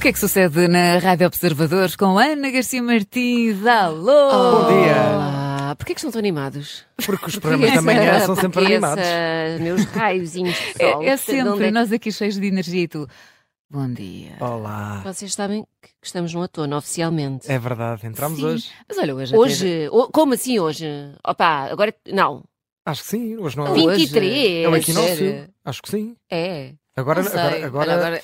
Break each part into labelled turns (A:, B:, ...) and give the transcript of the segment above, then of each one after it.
A: que é que sucede na Rádio Observadores com Ana Garcia Martins? Alô!
B: Bom dia!
C: Olá, porquê que estão tão animados?
B: Porque os programas da manhã são sempre
C: Porque
B: animados.
C: esses meus raiozinhos de sol.
A: É, é
C: sei de onde
A: sempre,
C: é que-
A: nós aqui cheios de energia e tu. Bom dia.
B: Olá!
C: é? Vocês sabem que que estamos no outono, oficialmente.
B: É verdade, entramos
A: Sim,
B: hoje.
A: Mas olha, hoje. é até-
C: Hoje? o- Como assim hoje? Opa, agora... Não.
B: Acho que sim, hoje não é.
A: Hoje?
C: 23.
B: É o
A: sério?
B: equinócio. Acho que sim.
C: É.
B: Agora,
A: Não sei.
B: agora, agora,
A: Olha, agora-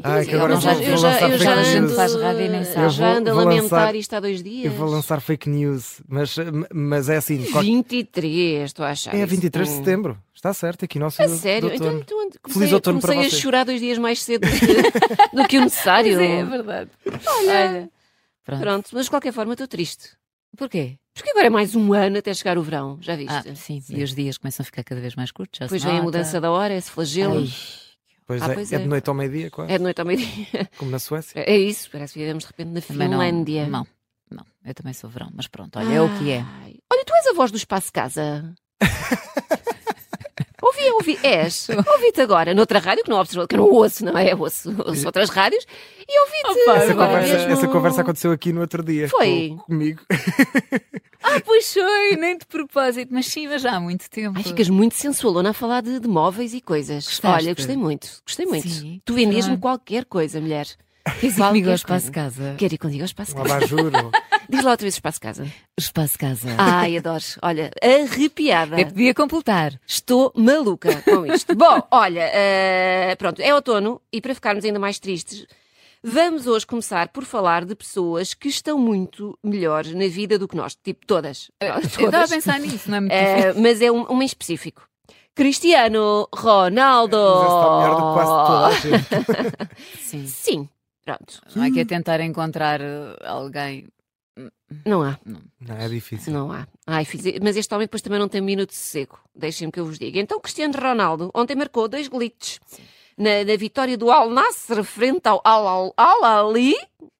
B: Ai, É que
A: Eu
B: agora
A: já-
B: vou,
A: eu
B: vou
A: já-
B: lançar
A: eu
B: fake
A: já
B: news.
A: ando- Faz rádio e nem sabe.
C: eu já ando a
B: Eu vou- vou
C: lamentar
B: lançar-
C: isto há dois dias.
B: Eu vou lançar fake news, mas, mas é assim. qual-
C: 23, estou a achar
B: É a
C: isso
B: 23 de
C: um-
B: setembro. Está certo, equinócio.
C: A
B: do- do
C: sério? Então,
B: outono.
C: então comecei,
B: Feliz outono para
C: comecei a
B: vocês.
C: chorar dois dias mais cedo do que, do que o necessário.
A: Pois é, é verdade.
C: Olha,
A: Pronto.
C: pronto, mas de qualquer forma estou triste.
A: Porquê?
C: Porque agora é mais um ano até chegar o verão, já viste?
A: Ah, sim. E os dias começam a ficar cada vez mais curtos. já se
C: Depois vem a
A: nota. É
C: mudança da hora, esse flagelo.
A: Ai.
B: Pois
C: Ah,
B: é,
C: pois
B: é
C: é.
B: de noite ao meio-dia, quase,
C: É de noite ao meio-dia.
B: como na Suécia.
C: É isso, parece que vivemos de repente na
A: Também não-
C: Finlândia. Ah.
A: Não, não. Eu também sou verão, mas pronto, olha, é o que é.
C: Ai. Olha, tu és a voz do Espaço Casa. ouvi, ouvi, és. Ouvi-te agora, noutra rádio, que não observo, que eu não ouço, não é? Ouço, ouço outras rádios e ouvi-te.
A: Opa,
B: Essa
A: Essa
C: agora
B: conversa,
C: mesmo.
B: essa conversa aconteceu aqui no outro dia.
C: Foi.
B: com- comigo.
A: Ah, pois foi, nem de propósito, mas sim, mas já há muito tempo.
C: Ai, ficas muito sensualona a falar de, de móveis e coisas.
A: Uhum. Gostaste?
C: Olha, gostei muito, gostei muito.
A: Sim,
C: tu vendias-me
A: claro.
C: qualquer coisa, mulher.
A: Queres ir comigo ao
C: Qualquer
A: Espaço
C: coisa.
A: Casa?
C: Quero ir contigo ao espaço
B: Um
C: casa.
B: abajur. ou-
C: Diz lá outra vez espaço casa.
A: Espaço Casa.
C: Ai, adoro. Olha, arrepiada.
A: Até podia Ah, completar.
C: Estou maluca com isto. Bom, olha, eh, pronto, é outono e para ficarmos ainda mais tristes, vamos hoje começar por falar de pessoas que estão muito melhores na vida do que nós. Tipo, todas.
A: Eu estava a
C: Todas.
A: pensar nisso, não é muito difícil.
C: Eh, mas é um, um em específico. Cristiano Ronaldo.
B: Mas essa está melhor do que quase toda
C: Oh.
B: a gente.
A: Sim.
C: Sim, pronto.
A: Não é que é tentar encontrar eh, alguém.
C: Não há,
B: Não, é difícil.
C: não há. Ai, filhos, mas este homem depois também não tem minuto de sossego. Deixem-me que eu vos diga. Então, Cristiano Ronaldo ontem marcou dois glitches na, na vitória do Al Nasser frente ao Al, Al, Al Ali.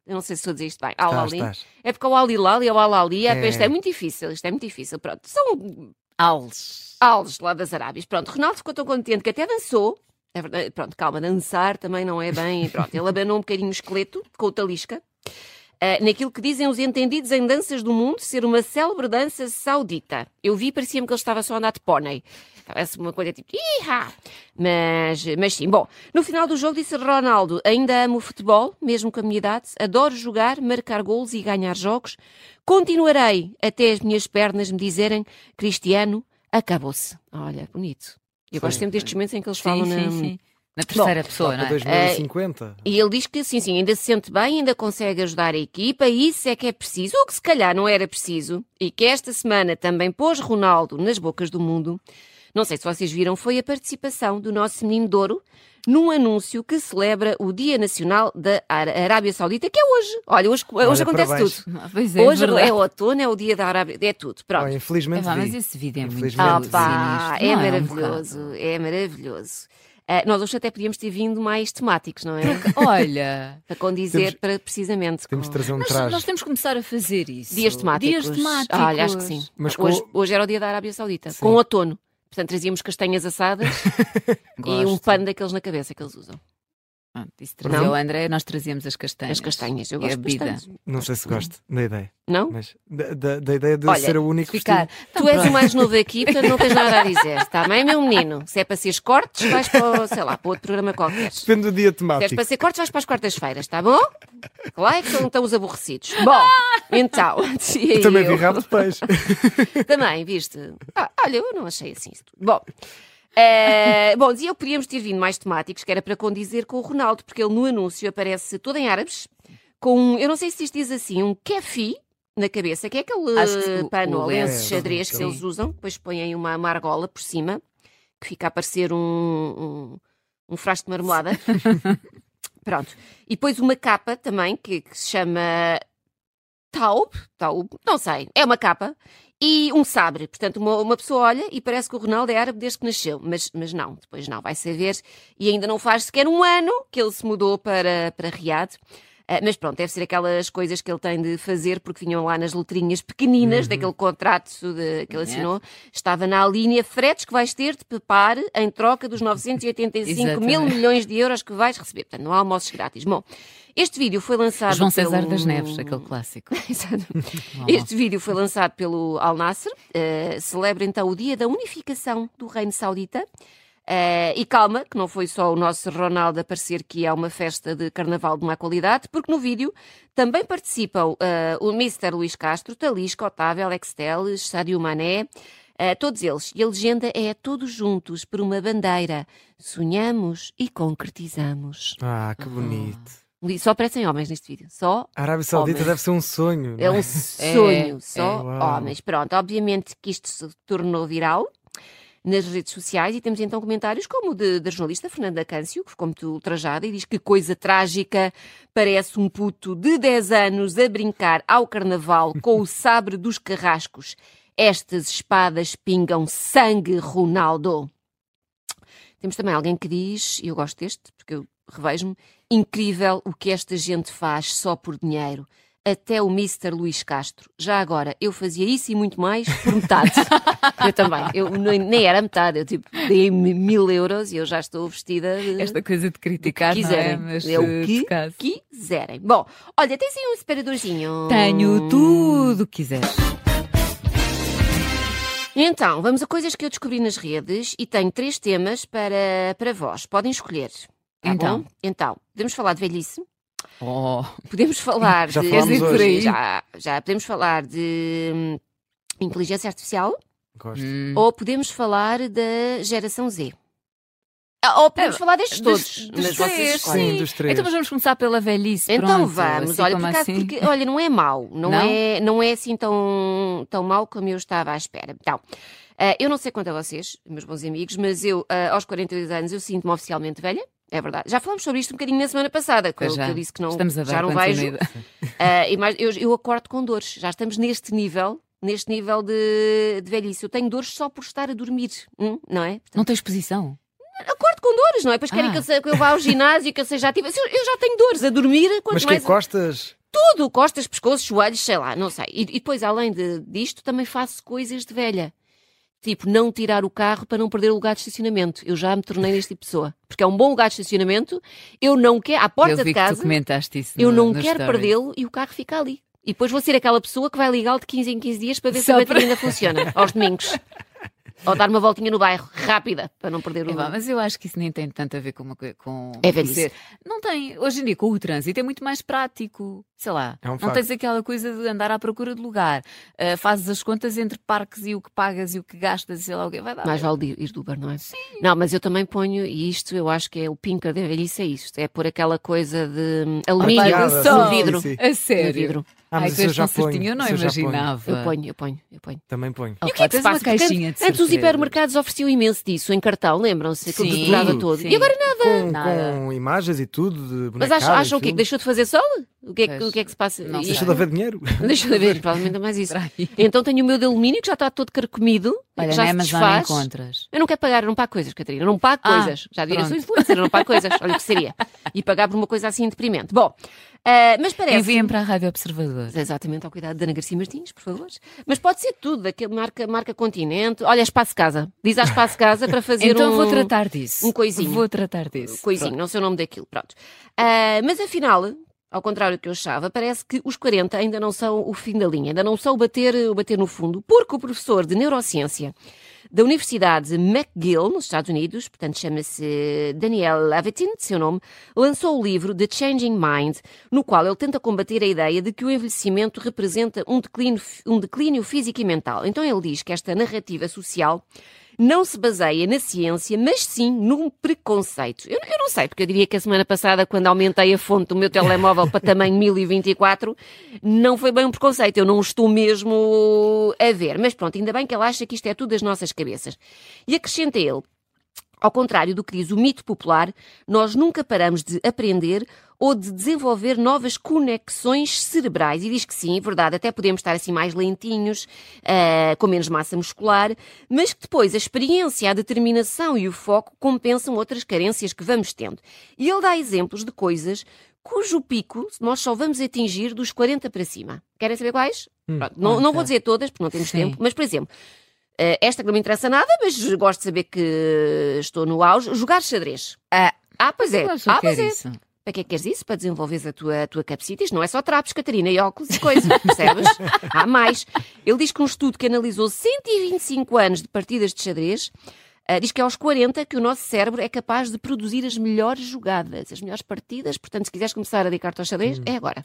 C: Eu não sei se estou a dizer isto bem. Al
B: Estás,
C: Ali.
B: estás.
C: É porque o Al Hilal e o Al Ali. É,
B: É.
C: Isto é muito difícil, isto é muito difícil. Pronto, são
A: Alves.
C: Alves, lá das Arábias. Pronto, Ronaldo ficou tão contente que até dançou. É verdade, pronto, calma, dançar também não é bem. Pronto, ele abanou um bocadinho o esqueleto com o talisca. Ah, naquilo que dizem os entendidos em danças do mundo ser uma célebre dança saudita. Eu vi, parecia-me que ele estava só a andar de pônei. Parece uma coisa tipo, Iha! Mas, mas sim, bom, no final do jogo disse Ronaldo, ainda amo o futebol, mesmo com a minha idade, adoro jogar, marcar golos e ganhar jogos. Continuarei até as minhas pernas me dizerem, Cristiano, acabou-se. Olha, bonito. Eu gosto sempre destes momentos em que eles falam
A: Sim,
C: na...
A: sim, sim. Na terceira pessoa,
B: Para
A: não é?
B: 2050.
C: E ele diz que sim, sim, ainda se sente bem, ainda consegue ajudar a equipa, e isso é que é preciso, ou que se calhar não era preciso, e que esta semana também pôs Ronaldo nas bocas do mundo. Não sei se vocês viram, foi a participação do nosso menino Douro num anúncio que celebra o Dia Nacional da Ar- Arábia Saudita, que é hoje. Olha, hoje, hoje
B: Olha,
C: acontece
B: parabéns.
C: tudo.
A: Ah, Pois é,
C: hoje
A: verdade.
C: é outono, é o Dia da Arábia, é tudo. Pronto.
B: Oh,
A: É,
B: infelizmente
A: vá, mas
B: vi.
A: esse vídeo é muito
B: Infelizmente
A: sinistro,
C: Opa, é
A: não um
C: maravilhoso,
A: bocado?
C: é maravilhoso. Ah, nós hoje até podíamos ter vindo mais temáticos, não é?
A: Olha,
C: Para condizer
B: Temos-
C: para precisamente
B: Temos
C: com
B: de trazer um
A: nós,
B: traje.
A: nós temos que começar a fazer isso.
C: dias temáticos.
A: Dias temáticos.
C: Ah, olha, acho que sim.
B: Mas com-
C: hoje, hoje era o dia da Arábia Saudita,
B: Sim.
C: com outono. Portanto, trazíamos castanhas assadas e um
A: Gosto.
C: pano daqueles na cabeça que eles usam.
A: Ah, isso trazia
C: Não?
A: o André, nós trazíamos as castanhas. É
C: As castanhas, eu
A: E a
C: gosto
A: bebida.
C: bastante.
B: Não sei se gosto da ideia,
C: Não?
B: mas da, da- da ideia de
C: Hum. Olha,
B: ser o único
A: Ficar.
B: vestido.
A: Então,
C: tu és
A: pronto.
C: o mais novo aqui, portanto não tens nada a dizer. Está bem, meu menino? Se é para seres cortes, vais para, o, sei lá, para outro programa qualquer. Se
B: Depende do dia
C: és
B: temático.
C: para ser cortes, vais para as quartas-feiras, está bom? Claro que são então os aborrecidos. Bom, então, dizia
B: Eu também vi
C: eu.
B: rabo de peixe.
C: Também, viste? Ah, olha, eu não achei assim. isso tudo. Bom, eh, bom, dizia eu que podíamos ter vindo mais temáticos, que era para condizer com o Ronaldo, porque ele no anúncio aparece todo em árabes, com, um- eu não sei se isto diz assim, um kefi na cabeça, que é aquele
A: Acho que o-
C: pano
A: o
C: ou
A: lenço,
C: lenço de xadrez que
A: sim.
C: eles usam, depois põem uma, uma argola por cima, que fica a parecer um, um, um frasco de marmelada. Pronto. E depois uma capa também, que, que se chama Taub, Taub, não sei, é uma capa, e um sabre. Portanto, uma, uma pessoa olha e parece que o Ronaldo é árabe desde que nasceu, mas, mas não, depois não, vai saber. E ainda não faz sequer um ano que ele se mudou para, para Riad. Ah, mas pronto, deve ser aquelas coisas que ele tem de fazer, porque vinham lá nas letrinhas pequeninas
A: Uhum.
C: daquele contrato de- que ele assinou. Estava na linha fretes que vais ter, te prepare em troca dos 985 mil
A: Exatamente.
C: milhões de euros que vais receber. Portanto, não há almoços grátis. Bom, este vídeo foi lançado.
A: João César
C: pelo-
A: das Neves, aquele clássico.
C: Exato.
A: Não, não.
C: Este vídeo foi lançado pelo Al Nasser, eh, celebra então o dia da unificação do Reino Saudita. Eh, e calma, que não foi só o nosso Ronaldo a parecer que é uma festa de carnaval de má qualidade, porque no vídeo também participam eh, o Mr. Luís Castro, Talisca, Otávio, Alex Teles, Sadio Mané, eh, todos eles. E a legenda é todos juntos por uma bandeira. Sonhamos e concretizamos.
B: Ah,
C: Hum.
B: que bonito.
C: Li- Só aparecem homens neste vídeo, só
B: A Arábia Saudita
C: Homem.
B: deve ser um sonho.
C: é
B: não
C: um sonho, só
B: é. Uau.
C: homens. Pronto, obviamente que isto se tornou viral nas redes sociais e temos então comentários como o de, da jornalista Fernanda Câncio, que ficou muito ultrajada e diz que coisa trágica, parece um puto de 10 anos a brincar ao carnaval com o sabre dos carrascos. Estas espadas pingam sangue, Ronaldo. Temos também alguém que diz, e eu gosto deste, porque eu revejo-me, incrível o que esta gente faz só por dinheiro. Até o Mr. Luís Castro. Já agora, eu fazia isso e muito mais por metade. eu também. Eu nem, nem era metade. Eu tipo, dei-me mil euros e eu já estou vestida de
A: Esta coisa de criticar, não é?
C: quiserem.
A: Mas
C: É o
A: eh,
C: que
A: descaso.
C: quiserem. Bom, olha, tens aí um separadorzinho. Hum.
A: Tenho tudo o que quiseres.
C: Então, vamos a coisas que eu descobri nas redes e tenho três temas para, para vós. Podem escolher. Tá
A: Então.
C: bom? Então, podemos falar de velhice,
A: Oh,
C: podemos falar
B: Já
C: de.
B: falámos Queres ir por hoje.
A: aí?
C: Já, já podemos falar de hum, inteligência artificial
B: Gosto.
A: hum.
C: ou podemos falar da geração Z. Ah, Ou podemos falar destes
A: É, dos-
C: todos,
A: dos três,
C: mas vocês escolhem.
A: sim.
B: Sim, dos três.
A: Então, mas vamos começar pela velhice.
C: Então
A: pronto,
C: vamos,
A: assim
C: olha,
A: como
C: por acaso,
A: assim.
C: porque, olha, não é mau, não,
A: Não?
C: É, não é assim tão, tão mau como eu estava à espera. Então, ah, eu não sei quanto a vocês, meus bons amigos, mas eu, ah, aos 42 anos, eu sinto-me oficialmente velha, é verdade. Já falámos sobre isto um bocadinho na semana passada, que
A: Pois
C: eu, que
A: já.
C: eu disse que não,
A: Estamos a dar
C: já não vejo.
A: continuidade.
C: Ah, e mais, eu, eu acordo com dores, já estamos neste nível, neste nível de, de velhice. Eu tenho dores só por estar a dormir, hum, não é?
A: Não tens posição?
C: Acordo com dores, não é? Pois querem
A: Ah.
C: que, eu, se- que eu vá ao ginásio, que eu seja ativa. Se Eu, eu já tenho dores a dormir, quanto
B: Mas que
C: mais um
B: costas?
C: tudo, costas, pescoço, joelhos, sei lá, não sei. E, e depois, além de, disto, também faço coisas de velha. Tipo, não tirar o carro para não perder o lugar de estacionamento. Eu já me tornei neste tipo de pessoa. Porque é um bom lugar de estacionamento, eu não quero, à porta
A: eu vi
C: de
A: que tu
C: casa,
A: comentaste isso.
C: eu
A: no-
C: não
A: nos
C: quero
A: stories.
C: perdê-lo e o carro fica ali. E depois vou ser aquela pessoa que vai ligá-lo de 15 em 15 dias para ver se
A: Só
C: a bateria
A: para-
C: ainda funciona, aos domingos. Ou dar uma voltinha no bairro, rápida, para não perder o
A: É pá,
C: lugar.
A: mas eu acho que isso nem tem tanto a ver com uma coi- com um
C: É velhice.
A: ser- Não tem. Hoje em dia, com o trânsito, é muito mais prático. Sei lá.
B: É um
A: não
B: facto.
A: tens aquela coisa de andar à procura de lugar. Ah, fazes as contas entre parques e o que pagas e o que gastas, sei lá o que. Vai dar.
C: Mais vale ir, ir do Uber, não é? Sim. Não, mas eu também ponho, e isto eu acho que é o pinca da velhice, é isto. É por aquela coisa de hum, alumínio
A: Apagada,
C: no
A: sim,
C: Um vidro.
B: sim, sim.
A: a
C: No
A: sério.
C: vidro.
B: Ah,
A: Ai,
B: mas
A: tu
B: isso eu
A: és
B: já
A: tão
B: ponho.
A: certinho, eu não
B: isso já ponho.
A: imaginava.
C: Eu ponho, eu ponho, eu ponho.
B: Também ponho.
A: E
C: E o que é que se passa?
A: Uma
C: Porque antes-
A: caixinha de
C: antes os
A: surpresa.
C: hipermercados ofereciam imenso disso, em cartão, lembram-se? Aquilo
A: Sim,
C: decorava todo.
A: sim.
C: E agora não.
B: Com,
A: Nada.
B: com imagens e tudo, de
C: Mas acham,
B: bonecadas,
C: acham o quê? Que
B: filmes.
C: deixou de fazer sol? O que é que,
A: Pois.
C: o que, é que se passa?
A: Não
C: E-
A: sei.
B: Deixa de haver dinheiro.
C: Deixou de ver, provavelmente é mais isso.
A: Espera aí.
C: Então tenho o meu de alumínio que já está todo carcomido,
A: Olha, é,
C: que já
A: na
C: se
A: Amazon
C: desfaz.
A: encontras.
C: Eu não quero pagar, eu não pago coisas, Catarina. eu não pago
A: Ah,
C: coisas. Já devia ser
A: pronto.
C: influencer, eu não pago coisas. Olha o que seria. E pagar por uma coisa assim deprimente. Bom, ah, mas parece. é
A: Enviem para a Rádio Observador.
C: Exatamente, ao cuidado da Ana Garcia Martins, por favor. Mas pode ser tudo, daquele marca, marca Continente. Olha, Espaço Casa. Diz à Espaço Casa para fazer
A: Então
C: um.
A: vou tratar disso.
C: um coisinho. Um
A: Vou tratar disso.
C: Coisinho, não sei o nome daquilo, pronto. Ah, mas afinal, ao contrário do que eu achava, parece que os 40 ainda não são o fim da linha, ainda não são o bater, o bater no fundo, porque o professor de neurociência da Universidade McGill, nos Estados Unidos, portanto chama-se eh, Daniel Levitin, de seu nome, lançou o livro The Changing Mind, no qual ele tenta combater a ideia de que o envelhecimento representa um declínio, um declínio físico e mental. Então ele diz que esta narrativa social não se baseia na ciência, mas sim num preconceito. Eu, eu não sei, porque eu diria que a semana passada, quando aumentei a fonte do meu telemóvel para tamanho 1024, não foi bem um preconceito. Eu não estou mesmo a ver. Mas pronto, ainda bem que ele acha que isto é tudo das nossas cabeças. E acrescenta ele. Ao contrário do que diz o mito popular, nós nunca paramos de aprender ou de desenvolver novas conexões cerebrais. E diz que sim, é verdade, até podemos estar assim mais lentinhos, ah, com menos massa muscular, mas que depois a experiência, a determinação e o foco compensam outras carências que vamos tendo. E ele dá exemplos de coisas cujo pico nós só vamos atingir dos 40 para cima. Querem saber quais?
B: Hum.
C: Pronto, não, não vou
A: ok.
C: dizer todas, porque não temos
A: Sim.
C: tempo, mas, por exemplo, eh, esta que não me interessa nada, mas gosto de saber que estou no auge, jogar xadrez.
A: Ah.
C: Ah, pois é.
A: Mas eu
C: Ah, pois
A: quero
C: é.
A: isso.
C: Para que é que queres isso? Para desenvolveres a tua, a tua capsitis? Não é só trapos, Catarina, e óculos e coisas, percebes? Há mais. Ele diz que um estudo que analisou 125 anos de partidas de xadrez ah, diz que aos 40 que o nosso cérebro é capaz de produzir as melhores jogadas, as melhores partidas. Portanto, se quiseres começar a dedicar-te ao xadrez, é agora.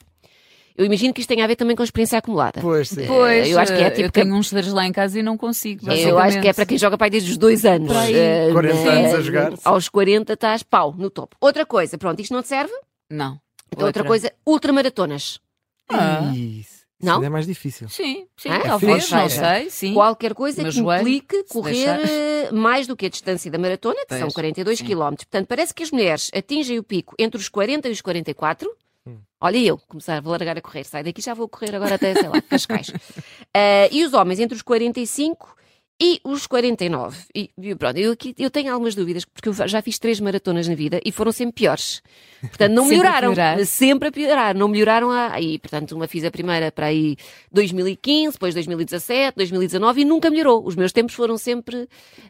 C: Eu imagino que isto tenha a ver também com a experiência acumulada.
B: Pois, sim.
A: Pois, eh,
C: eu acho que é tipo
A: eu tenho uns xadrez lá em casa e não consigo.
C: Eu acho que é para quem joga pai desde os dois anos.
A: Por aí.
C: Ah,
B: 40
C: né?
B: anos a jogar.
C: Aos 40 estás pau, no topo. Outra coisa, pronto, isto não te serve? Então,
A: Não.
C: Outra, coisa, ultramaratonas.
A: Ah. É
B: Ih, Isso
C: Não?
B: ainda é mais difícil.
A: Sim, sim,
C: Ah,
A: talvez,
C: ou
A: não
C: seja,
A: sei, sim.
C: Qualquer coisa
A: Meu
C: que
A: joelho,
C: implique
A: se
C: correr
A: deixares.
C: eh, mais do que a distância da maratona, que são
A: Pois,
C: 42
A: sim.
C: km. Portanto, parece que as mulheres atingem o pico entre os 40 e os 44.
B: Hum.
C: Olha eu, começar, vou largar a correr, sai daqui, já vou correr agora até, sei lá, Cascais. Ah, e os homens entre os 45 e os 49. E, e pronto, eu, aqui, eu tenho algumas dúvidas, porque eu já fiz três maratonas na vida e foram sempre piores. Portanto, não
A: Sempre a
C: melhoraram.
A: piorar.
C: Sempre a piorar. Não melhoraram aí. Portanto, uma fiz a primeira para aí 2015, depois 2017, 2019 e nunca melhorou. Os meus tempos foram sempre.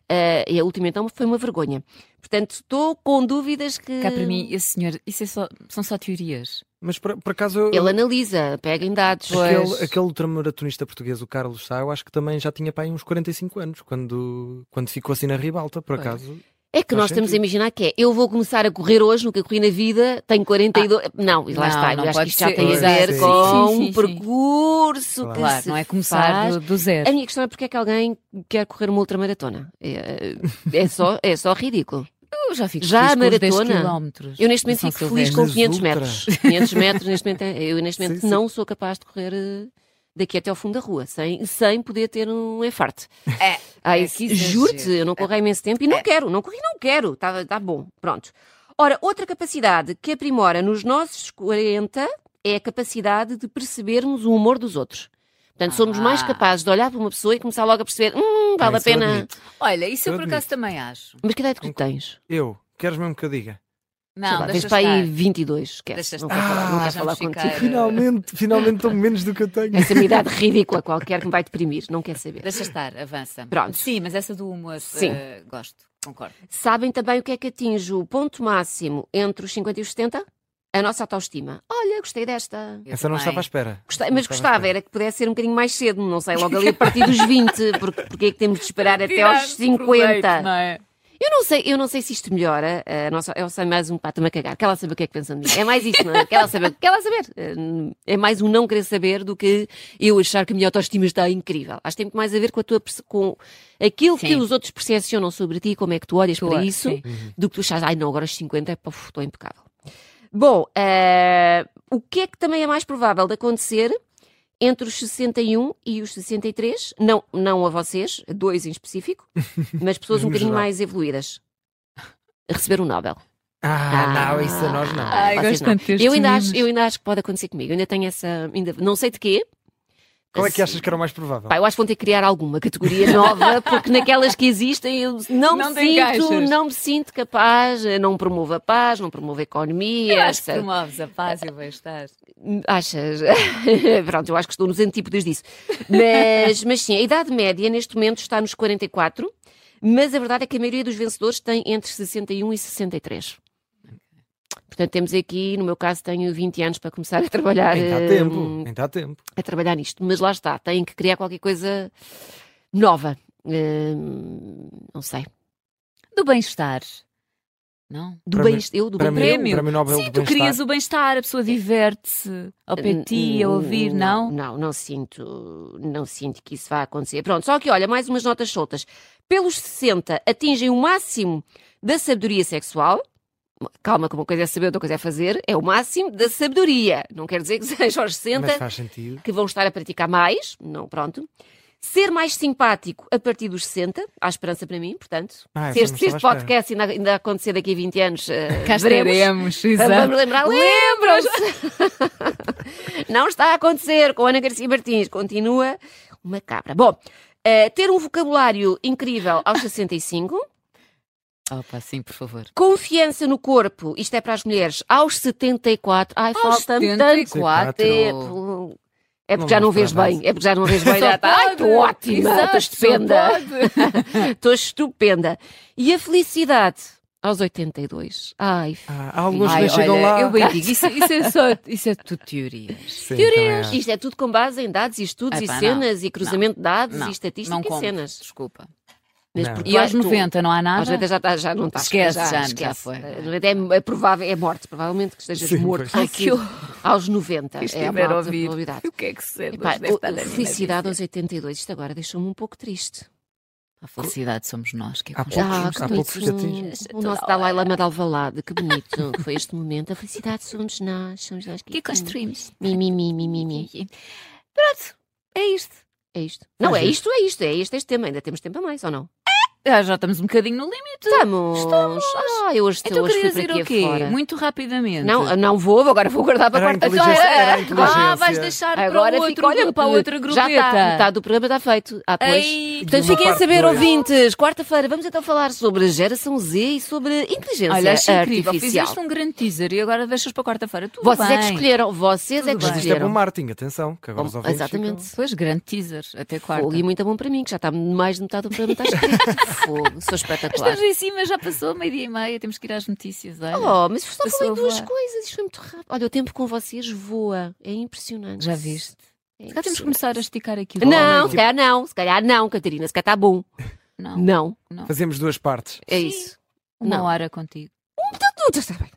C: ah, e a última então foi uma vergonha. Portanto, estou com dúvidas que.
A: Cá para mim, esse senhor, isso é só- são só teorias.
B: Mas por, por acaso eu-
C: Ele analisa, pega em dados.
A: Pois.
B: aquele, aquele ultramaratonista português, o Carlos Sá, eu acho que também já tinha pai uns 45 anos quando, quando ficou assim na ribalta, por
A: Pois.
B: acaso.
C: É que
B: Faz
C: nós estamos a
B: sentido.
C: imaginar que é, eu vou começar a correr hoje, nunca corri na vida, tenho 42. não, e lá
A: Ah, não,
C: está,
A: não
C: eu acho que
A: pode
C: isto já
A: ser.
C: tem a
B: Exato.
C: ver
B: Sim,
C: com
A: sim, sim,
C: um
A: sim.
C: percurso que
B: Claro,
A: Claro,
C: se
A: não é começar
C: faz.
A: do, do zero.
C: A minha questão é porque é que alguém quer correr uma ultramaratona? É, é só, é só ridículo.
A: Eu já fico
C: Já
A: feliz com os 10
C: maratona?
A: quilómetros
C: Eu neste
A: de
C: momento
A: São
C: fico feliz
A: Silvestre.
C: com
B: Mas
C: 500
B: ultra.
C: metros. 500 metros, neste momento, é- eu neste
B: Sim,
C: momento
B: sim.
C: não sou capaz de correr eh, daqui até ao fundo da rua, sem, sem poder ter um enfarte.
A: É,
C: Ai,
A: é que exagero. É.
C: juro-te, eu não corro há imenso tempo e não quero, não corri, não quero. Está tá bom, pronto. Ora, outra capacidade que aprimora nos nossos 40 é a capacidade de percebermos o humor dos outros. Portanto, somos
A: Ah.
C: mais capazes de olhar para uma pessoa e começar logo a perceber, hum, vale
B: Ah,
C: a
B: isso eu
C: pena.
B: admito.
A: Olha, isso eu
B: Eu
A: por acaso também acho.
C: Mas que idade que tu tens?
B: Eu, queres mesmo que eu diga?
C: Sei
A: Não,
C: lá,
A: deixa
C: tens para aí
A: estar.
C: 22, esquece.
A: Deixa
C: Não
A: estar.
C: quero falar, não
A: Ah,
C: quero
A: já
C: falar
A: me fiquei.
C: contigo.
B: Finalmente, finalmente estou menos do que eu tenho.
C: Essa é uma idade ridícula qualquer que me vai deprimir, não quer saber.
A: Deixa estar, avança.
C: Pronto.
A: Sim, mas essa do humor,
C: Sim.
A: eh, gosto, concordo.
C: Sabem também o que é que atinge o ponto máximo entre os 50 e os 70? A nossa autoestima. Olha, gostei desta.
A: Eu
B: Essa não
A: também.
B: estava à espera.
C: Gostei-
B: Não
C: mas
B: estava à
C: gostava,
B: espera.
C: era que pudesse ser um bocadinho mais cedo, não sei, logo ali a partir dos 20, porque, porque é que temos de esperar até aos
A: é?
C: 50. Eu não sei, eu não sei se isto melhora. A nossa, eu sei mais um pato-me a cagar. Quer ela saber o que é que pensa de mim. É mais isso, não é? Quer ela saber, quer ela saber. Eh, É mais um não querer saber do que eu achar que a minha autoestima está incrível. Acho que tem muito mais a ver com, a tua, perce- com aquilo que
A: Sim.
C: os outros percepcionam sobre ti, como é que tu olhas
A: Tu
C: para
A: olhas,
C: isso,
A: sim.
C: do que tu achas, ai não, agora os 50 é pá, uf, estou impecável. Bom, eh, o que é que também é mais provável de acontecer entre os 61 e os 63? Não, não a vocês, dois em específico, mas pessoas um
B: No
C: bocadinho
B: geral.
C: mais evoluídas. Receber o Nobel.
B: Ah, não, isso a nós não.
C: Ah,
A: Ai,
C: vocês
A: gosto
C: não.
A: tanto destes
C: eu, ainda acho,
A: meninos.
C: eu ainda acho que pode acontecer comigo. Eu ainda tenho essa. Ainda, não sei de quê.
B: Qual é que achas que era o mais provável?
C: Pá, eu acho que vão ter que criar alguma categoria nova, porque naquelas que existem eu não,
A: Não
C: me
A: te
C: sinto,
A: encaixas.
C: não me sinto capaz, eu não promovo a paz, não promovo a economia.
A: Eu acho que
C: sei-
A: promoves a paz e o bem-estar.
C: Achas? Pronto, eu acho que estou nos antípodas disso. Mas, mas sim, a idade média neste momento está nos 44, mas a verdade é que a maioria dos vencedores tem entre 61 e 63. Portanto, temos aqui, no meu caso, tenho 20 anos para começar a trabalhar,
B: Ainda há
C: eh,
B: tempo, ainda há tempo.
C: a trabalhar nisto. Mas lá está, têm que criar qualquer coisa nova. Eh, não sei.
A: Do bem-estar. Não?
C: Do
B: Para mim-
C: bem-estar. Eu, do
B: Para
C: bem
B: mim,
A: prémio.
B: para mim, Nobel
A: Sim,
B: do
A: tu
B: Bem-Estar.
A: querias o bem-estar, a pessoa diverte-se ao pé de ti, a ouvir, não?
C: Hum, Não, não sinto, não sinto que isso vá acontecer. Pronto, só que olha, mais umas notas soltas. Pelos 60 atingem o máximo da sabedoria sexual. Calma, que uma coisa é saber, outra coisa é fazer. É o máximo da sabedoria. Não quer dizer que seja aos 60
B: Mas faz sentido.
C: que vão estar a praticar mais. Não, pronto. Ser mais simpático a partir dos 60, há esperança para mim, portanto.
B: Ah,
C: se
B: essa não
C: este, se este
B: estava à espera.
C: podcast ainda, ainda acontecer daqui a 20 anos, eh,
A: Cá
C: veremos.
A: estaremos,
C: Vamos
A: exato.
C: lembrar, lembram-se! Não está a acontecer com Ana Garcia Martins, continua uma cabra. Bom, eh, ter um vocabulário incrível aos 65,
A: Opa, sim, por favor.
C: Confiança no corpo, isto é para as mulheres, aos 74. Ai, falta-me tanto
A: 74.
C: tempo. É
B: Não
C: porque já não
B: vamos
C: vês
B: para a
C: bem, é porque já não vês bem. já está. Ai, estou ótima, estou estupenda, estou estupenda. E a felicidade, aos 82. Ai,
B: Ah, alguns
A: Ai,
B: nem chegam
A: olha,
B: lá.
A: eu bem digo, isso, isso é só, isso é tudo teorias.
B: Sim,
C: teorias.
B: também
C: Isto é tudo com base em dados e estudos
A: Epá,
C: e
A: não.
C: cenas e cruzamento de dados
A: Não,
C: e estatística
A: não
C: e
A: compro,
C: cenas.
A: desculpa.
C: Mas
B: Não.
C: porque
A: E aos
C: tu-
A: 90 não há
C: Às
A: nada?
C: vezes já, tá- já não está.
A: Esquece, já, já
C: esquece.
A: foi.
C: Eh, 90 É, é provável, é morte, provavelmente que estejas
B: Sim,
C: morto.
A: Ai, que
C: falecido. Aos 90
A: Isto
C: é
A: tiver
C: uma
A: a
C: alta
A: ouvir.
C: probabilidade.
A: O que é que se sente?
C: Epá,
A: Deve estar
C: o-
A: a mim,
C: felicidade
A: deve
C: aos 82, isto agora deixou-me um pouco triste.
A: ser. A felicidade somos nós que a
B: Há
A: conquistamos.
B: poucos- há
C: que
B: poucos
C: bonito.
B: gatinhos.
C: O nosso Dalai Lama de Alvalade, que bonito que foi este momento. A felicidade somos nós, somos nós
A: que construímos.
C: Mi, mi, mi, mi, mi, mi.
A: Pronto, é isto.
C: É isto. Não,
B: Faz
C: é
B: isso.
C: isto, é isto, é este, este tema. Ainda temos tempo a mais, ou não?
A: Ah, já estamos um bocadinho no limite.
C: Estamos! Ah, eu hoje,
A: Então
C: hoje fui
A: queria
C: para
A: dizer
C: aqui
A: o quê?
C: afora.
A: Muito rapidamente.
C: Não, não vou, agora vou guardar para
B: Era
C: a
B: inteligência-
C: quarta-feira.
B: era inteligência.
A: Ah, vais
B: Inteligência.
A: deixar
C: Agora
A: para o outro,
C: fica, olha,
A: para a outra grupeta.
C: Já tá, está, metade do programa está feito. Ah, pois.
A: Ei,
C: Portanto,
B: De uma
C: fiquem a
B: parte
C: saber,
B: dois.
C: ouvintes. Quarta-feira vamos então falar sobre geração Z e sobre inteligência
A: Olha, achei incrível.
C: artificial.
A: Fizeste um grande teaser e agora deixas para quarta-feira. Tudo
C: Vocês
A: bem.
C: é que escolheram, vocês é
A: Tudo
C: que
A: bem.
B: Mas isto é bom
C: escolheram.
B: marketing, atenção, que agora os ouvintes
C: Exatamente.
A: Pois, grande teaser. Até quarta.
C: Fogo e muito bom para mim, que já está mais de metade do programa está escrito. Fogo, sou espetacular.
A: Estamos em cima, já passou meio-dia e meia. Temos que ir às notícias. Olha.
C: Oh, mas só
A: Passou
C: falei
A: É. a
C: duas
A: voar.
C: coisas, isto foi muito rápido. Olha, o tempo com vocês voa, é impressionante.
A: Já viste? Já temos
C: É
A: que
C: impressionante.
A: começar a esticar aqui.
C: Não, se calhar não, se calhar não, Catarina, se calhar está bom.
A: é? Não.
C: Não,
B: ficam- Fazemos duas partes.
C: é
A: Sim.
C: isso.
A: Uma
C: Não.
A: hora contigo.
C: Tudo está bem.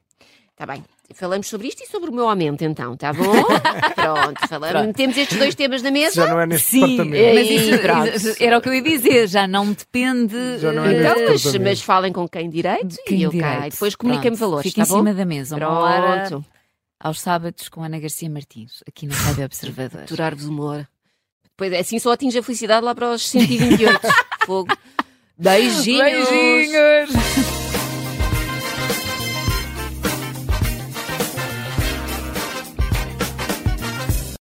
C: Está bem. Falamos sobre isto e sobre o meu aumento, então, está bom? Pronto, falamos.
A: Pronto.
C: Temos estes dois temas na mesa.
B: Já não é neste
C: é-
B: departamento.
A: mas isso,
C: E pronto.
A: isso era o que eu ia dizer. Já não depende.
B: Já não é
A: eh,
C: Então,
B: Neste
C: mas,
B: departamento.
C: mas falem com quem direito
A: de quem
C: e eu
A: direito.
C: cá. E depois comuniquem-me
A: Pronto,
C: valores,
A: Fica
C: está
A: em
C: bom?
A: cima da mesa. Uma hora
C: Pronto.
A: aos sábados com Ana Garcia Martins, aqui na Rádio Observador.
C: Durar-vos uma hora. Depois, assim só atinge a felicidade lá para os 128. Fogo. Beijinhos.
A: Beijinhos!